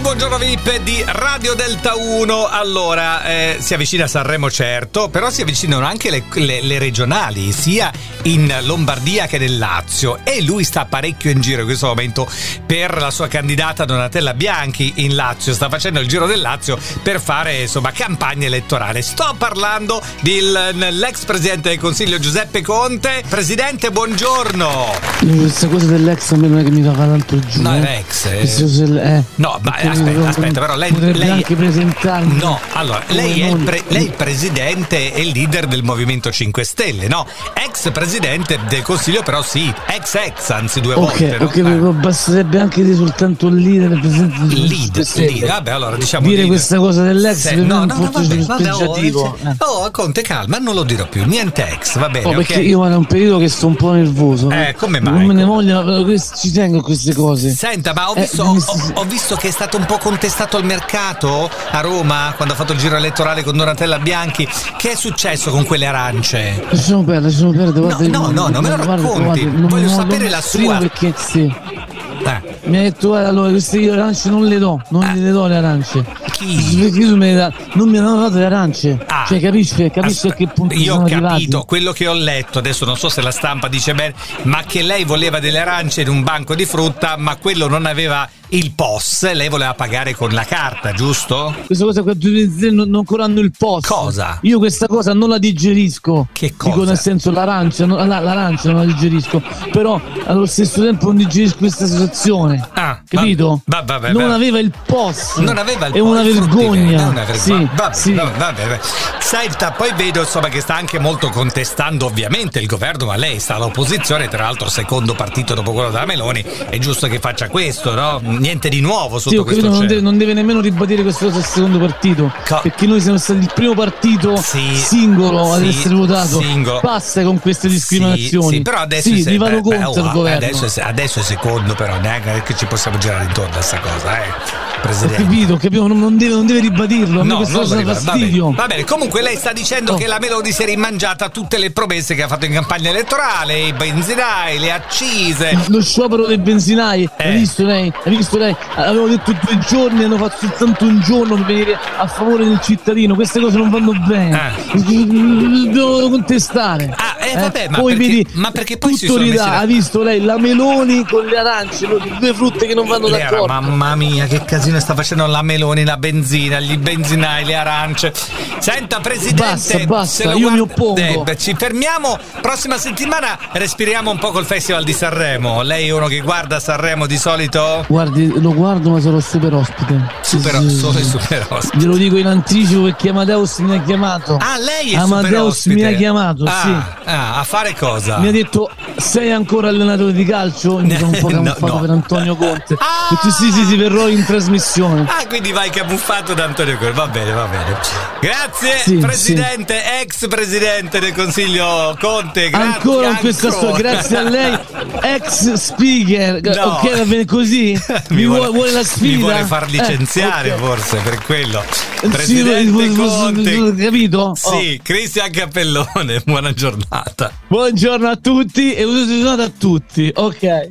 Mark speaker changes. Speaker 1: buongiorno VIP di Radio Delta 1. Allora, eh, si avvicina Sanremo certo, però si avvicinano anche le, le- le regionali, sia in Lombardia che nel Lazio. E lui sta parecchio in giro in questo momento per la sua candidata Donatella Bianchi in Lazio. Sta facendo il giro del Lazio per fare, insomma, campagna elettorale. Sto parlando dell'ex presidente del Consiglio Giuseppe Conte. Presidente, buongiorno.
Speaker 2: Questa cosa dell'ex a me non è che mi va tanto giù.
Speaker 1: No,
Speaker 2: eh.
Speaker 1: era ex, eh.
Speaker 2: Questa cosa del- eh.
Speaker 1: No, ma
Speaker 2: Perché
Speaker 1: aspetta,
Speaker 2: potrebbe-
Speaker 1: aspetta, però lei-
Speaker 2: Potrebbe
Speaker 1: lei-
Speaker 2: anche presentarmi.
Speaker 1: No, allora,
Speaker 2: come
Speaker 1: lei è, il
Speaker 2: moglie.
Speaker 1: pre- lei è il presidente e il leader del Movimento 5 Stelle, no? Ex presidente del Consiglio, però sì, ex ex, anzi due
Speaker 2: Ok,
Speaker 1: volte. no?
Speaker 2: ok,
Speaker 1: Eh,
Speaker 2: però basterebbe anche dire soltanto il leader presente
Speaker 1: il lead, lead, vabbè, allora diciamo
Speaker 2: Dire
Speaker 1: leader.
Speaker 2: questa cosa dell'ex
Speaker 1: Se-
Speaker 2: per me
Speaker 1: no,
Speaker 2: è un
Speaker 1: no, no,
Speaker 2: punto
Speaker 1: vabbè,
Speaker 2: di
Speaker 1: vabbè, oh,
Speaker 2: peggiativo.
Speaker 1: eh, oh, Conte, calma, non lo dirò più, niente ex, va bene,
Speaker 2: Oh,
Speaker 1: ok?
Speaker 2: perché io vado a un periodo che sto un po' nervoso. no?
Speaker 1: Eh, come mai?
Speaker 2: Non me ne vogliono, però quest- ci tengo a queste cose.
Speaker 1: Senta, ma ho
Speaker 2: Eh,
Speaker 1: visto,
Speaker 2: mi-
Speaker 1: ho- ho visto che è stato un po' contestato al mercato a Roma quando ha fatto il giro elettorale con Donatella Bianchi. Che è successo con quelle arance?
Speaker 2: Lasciamo perdere, lasciamo perdere. guarda,
Speaker 1: no,
Speaker 2: io-
Speaker 1: no, no, me lo
Speaker 2: guarda,
Speaker 1: racconti.
Speaker 2: guarda, non-
Speaker 1: Voglio
Speaker 2: non-
Speaker 1: sapere
Speaker 2: non
Speaker 1: la
Speaker 2: esprimo
Speaker 1: sua-
Speaker 2: Perché sì.
Speaker 1: Eh.
Speaker 2: Mi ha detto guarda allora queste io le arance non le do, non
Speaker 1: Ah.
Speaker 2: le do le arance.
Speaker 1: Chi?
Speaker 2: Perché tu me le da- non mi hanno dato le arance.
Speaker 1: Ah.
Speaker 2: Cioè capisci, capisci
Speaker 1: Aspe-
Speaker 2: a che punto
Speaker 1: Io ho
Speaker 2: sono
Speaker 1: capito,
Speaker 2: arrivati.
Speaker 1: quello che ho letto, adesso non so se la stampa dice bene, ma che lei voleva delle arance in un banco di frutta, ma quello non aveva il POS, lei voleva pagare con la carta, giusto?
Speaker 2: Questa cosa qua tutte le aziende non, non ancora hanno il posto.
Speaker 1: Cosa?
Speaker 2: Io questa cosa non la digerisco.
Speaker 1: Che
Speaker 2: Dico
Speaker 1: cosa?
Speaker 2: nel senso l'arancia, non, la- l'arancia non la digerisco. Però allo stesso tempo non digerisco questa situazione.
Speaker 1: Ah,
Speaker 2: Capito?
Speaker 1: va- va- va-
Speaker 2: non
Speaker 1: va-
Speaker 2: aveva il posto.
Speaker 1: Non aveva il
Speaker 2: È una
Speaker 1: POS,
Speaker 2: vergogna.
Speaker 1: È una vergogna.
Speaker 2: Sì,
Speaker 1: vabbè,
Speaker 2: sì.
Speaker 1: vabbè, vabbè, vabbè. Senta, poi vedo insomma che sta anche molto contestando ovviamente il governo, ma lei sta all'opposizione, tra l'altro secondo partito dopo quello della Meloni, è giusto che faccia questo, no? Niente di nuovo sotto
Speaker 2: Sì, ho
Speaker 1: questo
Speaker 2: capito, non
Speaker 1: cielo.
Speaker 2: deve, non deve nemmeno ribadire questo cosa al secondo partito.
Speaker 1: Ca-
Speaker 2: perché noi siamo stati il primo partito
Speaker 1: Sì,
Speaker 2: singolo ad
Speaker 1: sì,
Speaker 2: essere votato.
Speaker 1: singolo.
Speaker 2: Basta con queste discriminazioni.
Speaker 1: Sì, sì, però adesso
Speaker 2: Sì,
Speaker 1: è
Speaker 2: li
Speaker 1: sempre-
Speaker 2: vado
Speaker 1: beh,
Speaker 2: contro
Speaker 1: oh,
Speaker 2: il governo.
Speaker 1: Adesso è, se- adesso è secondo, però neanche che ci possiamo girare intorno a questa cosa, eh,
Speaker 2: Ho
Speaker 1: Presidente.
Speaker 2: capito, ho capito, non, non deve, non deve ribadirlo. A me
Speaker 1: No, non
Speaker 2: questa
Speaker 1: lo
Speaker 2: cosa dà
Speaker 1: ricordo. va, bene.
Speaker 2: fastidio.
Speaker 1: va bene, comunque lei sta dicendo
Speaker 2: Oh.
Speaker 1: che la Meloni si è rimangiata tutte le promesse che ha fatto in campagna elettorale, i benzinai, le accise.
Speaker 2: Lo sciopero dei benzinai,
Speaker 1: Eh.
Speaker 2: hai visto lei? Hai visto lei? Avevo detto due giorni, hanno fatto soltanto un giorno per venire a favore del cittadino. Queste cose non vanno bene. Devo contestare.
Speaker 1: Eh. Ah, eh, vabbè, ma
Speaker 2: poi
Speaker 1: perché-
Speaker 2: vedi,
Speaker 1: ma perché poi si
Speaker 2: tutto
Speaker 1: sono
Speaker 2: gli dà,
Speaker 1: messi da-
Speaker 2: Ha visto lei la meloni con le arance, lo- due frutte che non vanno
Speaker 1: Lei era,
Speaker 2: d'accordo.
Speaker 1: mamma mia, che casino sta facendo la Meloni, la benzina, gli benzinai, le arance. Senta, presidente,
Speaker 2: Basta, basta,
Speaker 1: se lo
Speaker 2: io mi
Speaker 1: guarda-
Speaker 2: oppongo.
Speaker 1: Eh, beh, ci fermiamo. Prossima settimana respiriamo un po' col Festival di Sanremo. Lei è uno che guarda Sanremo di solito?
Speaker 2: Guardi, lo guardo, ma sarò super ospite.
Speaker 1: Super,
Speaker 2: Sì, sì,
Speaker 1: solo
Speaker 2: sì.
Speaker 1: i super ospiti.
Speaker 2: Glielo dico in anticipo perché Amadeus mi ha chiamato.
Speaker 1: Ah, lei è super
Speaker 2: Amadeus
Speaker 1: ospite.
Speaker 2: mi ha chiamato,
Speaker 1: Ah,
Speaker 2: sì.
Speaker 1: ah, a fare cosa?
Speaker 2: Mi ha detto sei ancora allenatore di calcio? Mi sono un po'
Speaker 1: No,
Speaker 2: camuffato
Speaker 1: no.
Speaker 2: per Antonio Conte.
Speaker 1: Ah!
Speaker 2: Ho detto sì sì sì verrò in trasmissione.
Speaker 1: Ah, quindi vai camuffato da Antonio Conte. Va bene, va bene. Grazie,
Speaker 2: Sì,
Speaker 1: presidente, ex presidente del Consiglio Conte. Grazie.
Speaker 2: ancora in questa
Speaker 1: ancora.
Speaker 2: storia, grazie a lei, ex speaker.
Speaker 1: No.
Speaker 2: Ok, va bene così? Mi, vuole, vuole la sfida?
Speaker 1: Mi vuole far licenziare
Speaker 2: Eh, ok.
Speaker 1: forse per quello.
Speaker 2: Sì,
Speaker 1: Presidente
Speaker 2: vuole- vuole-
Speaker 1: Conte.
Speaker 2: vuole- capito? Oh.
Speaker 1: Sì, Cristian Cappellone, buona giornata.
Speaker 2: Buongiorno a tutti e buongiorno a tutti. Ok.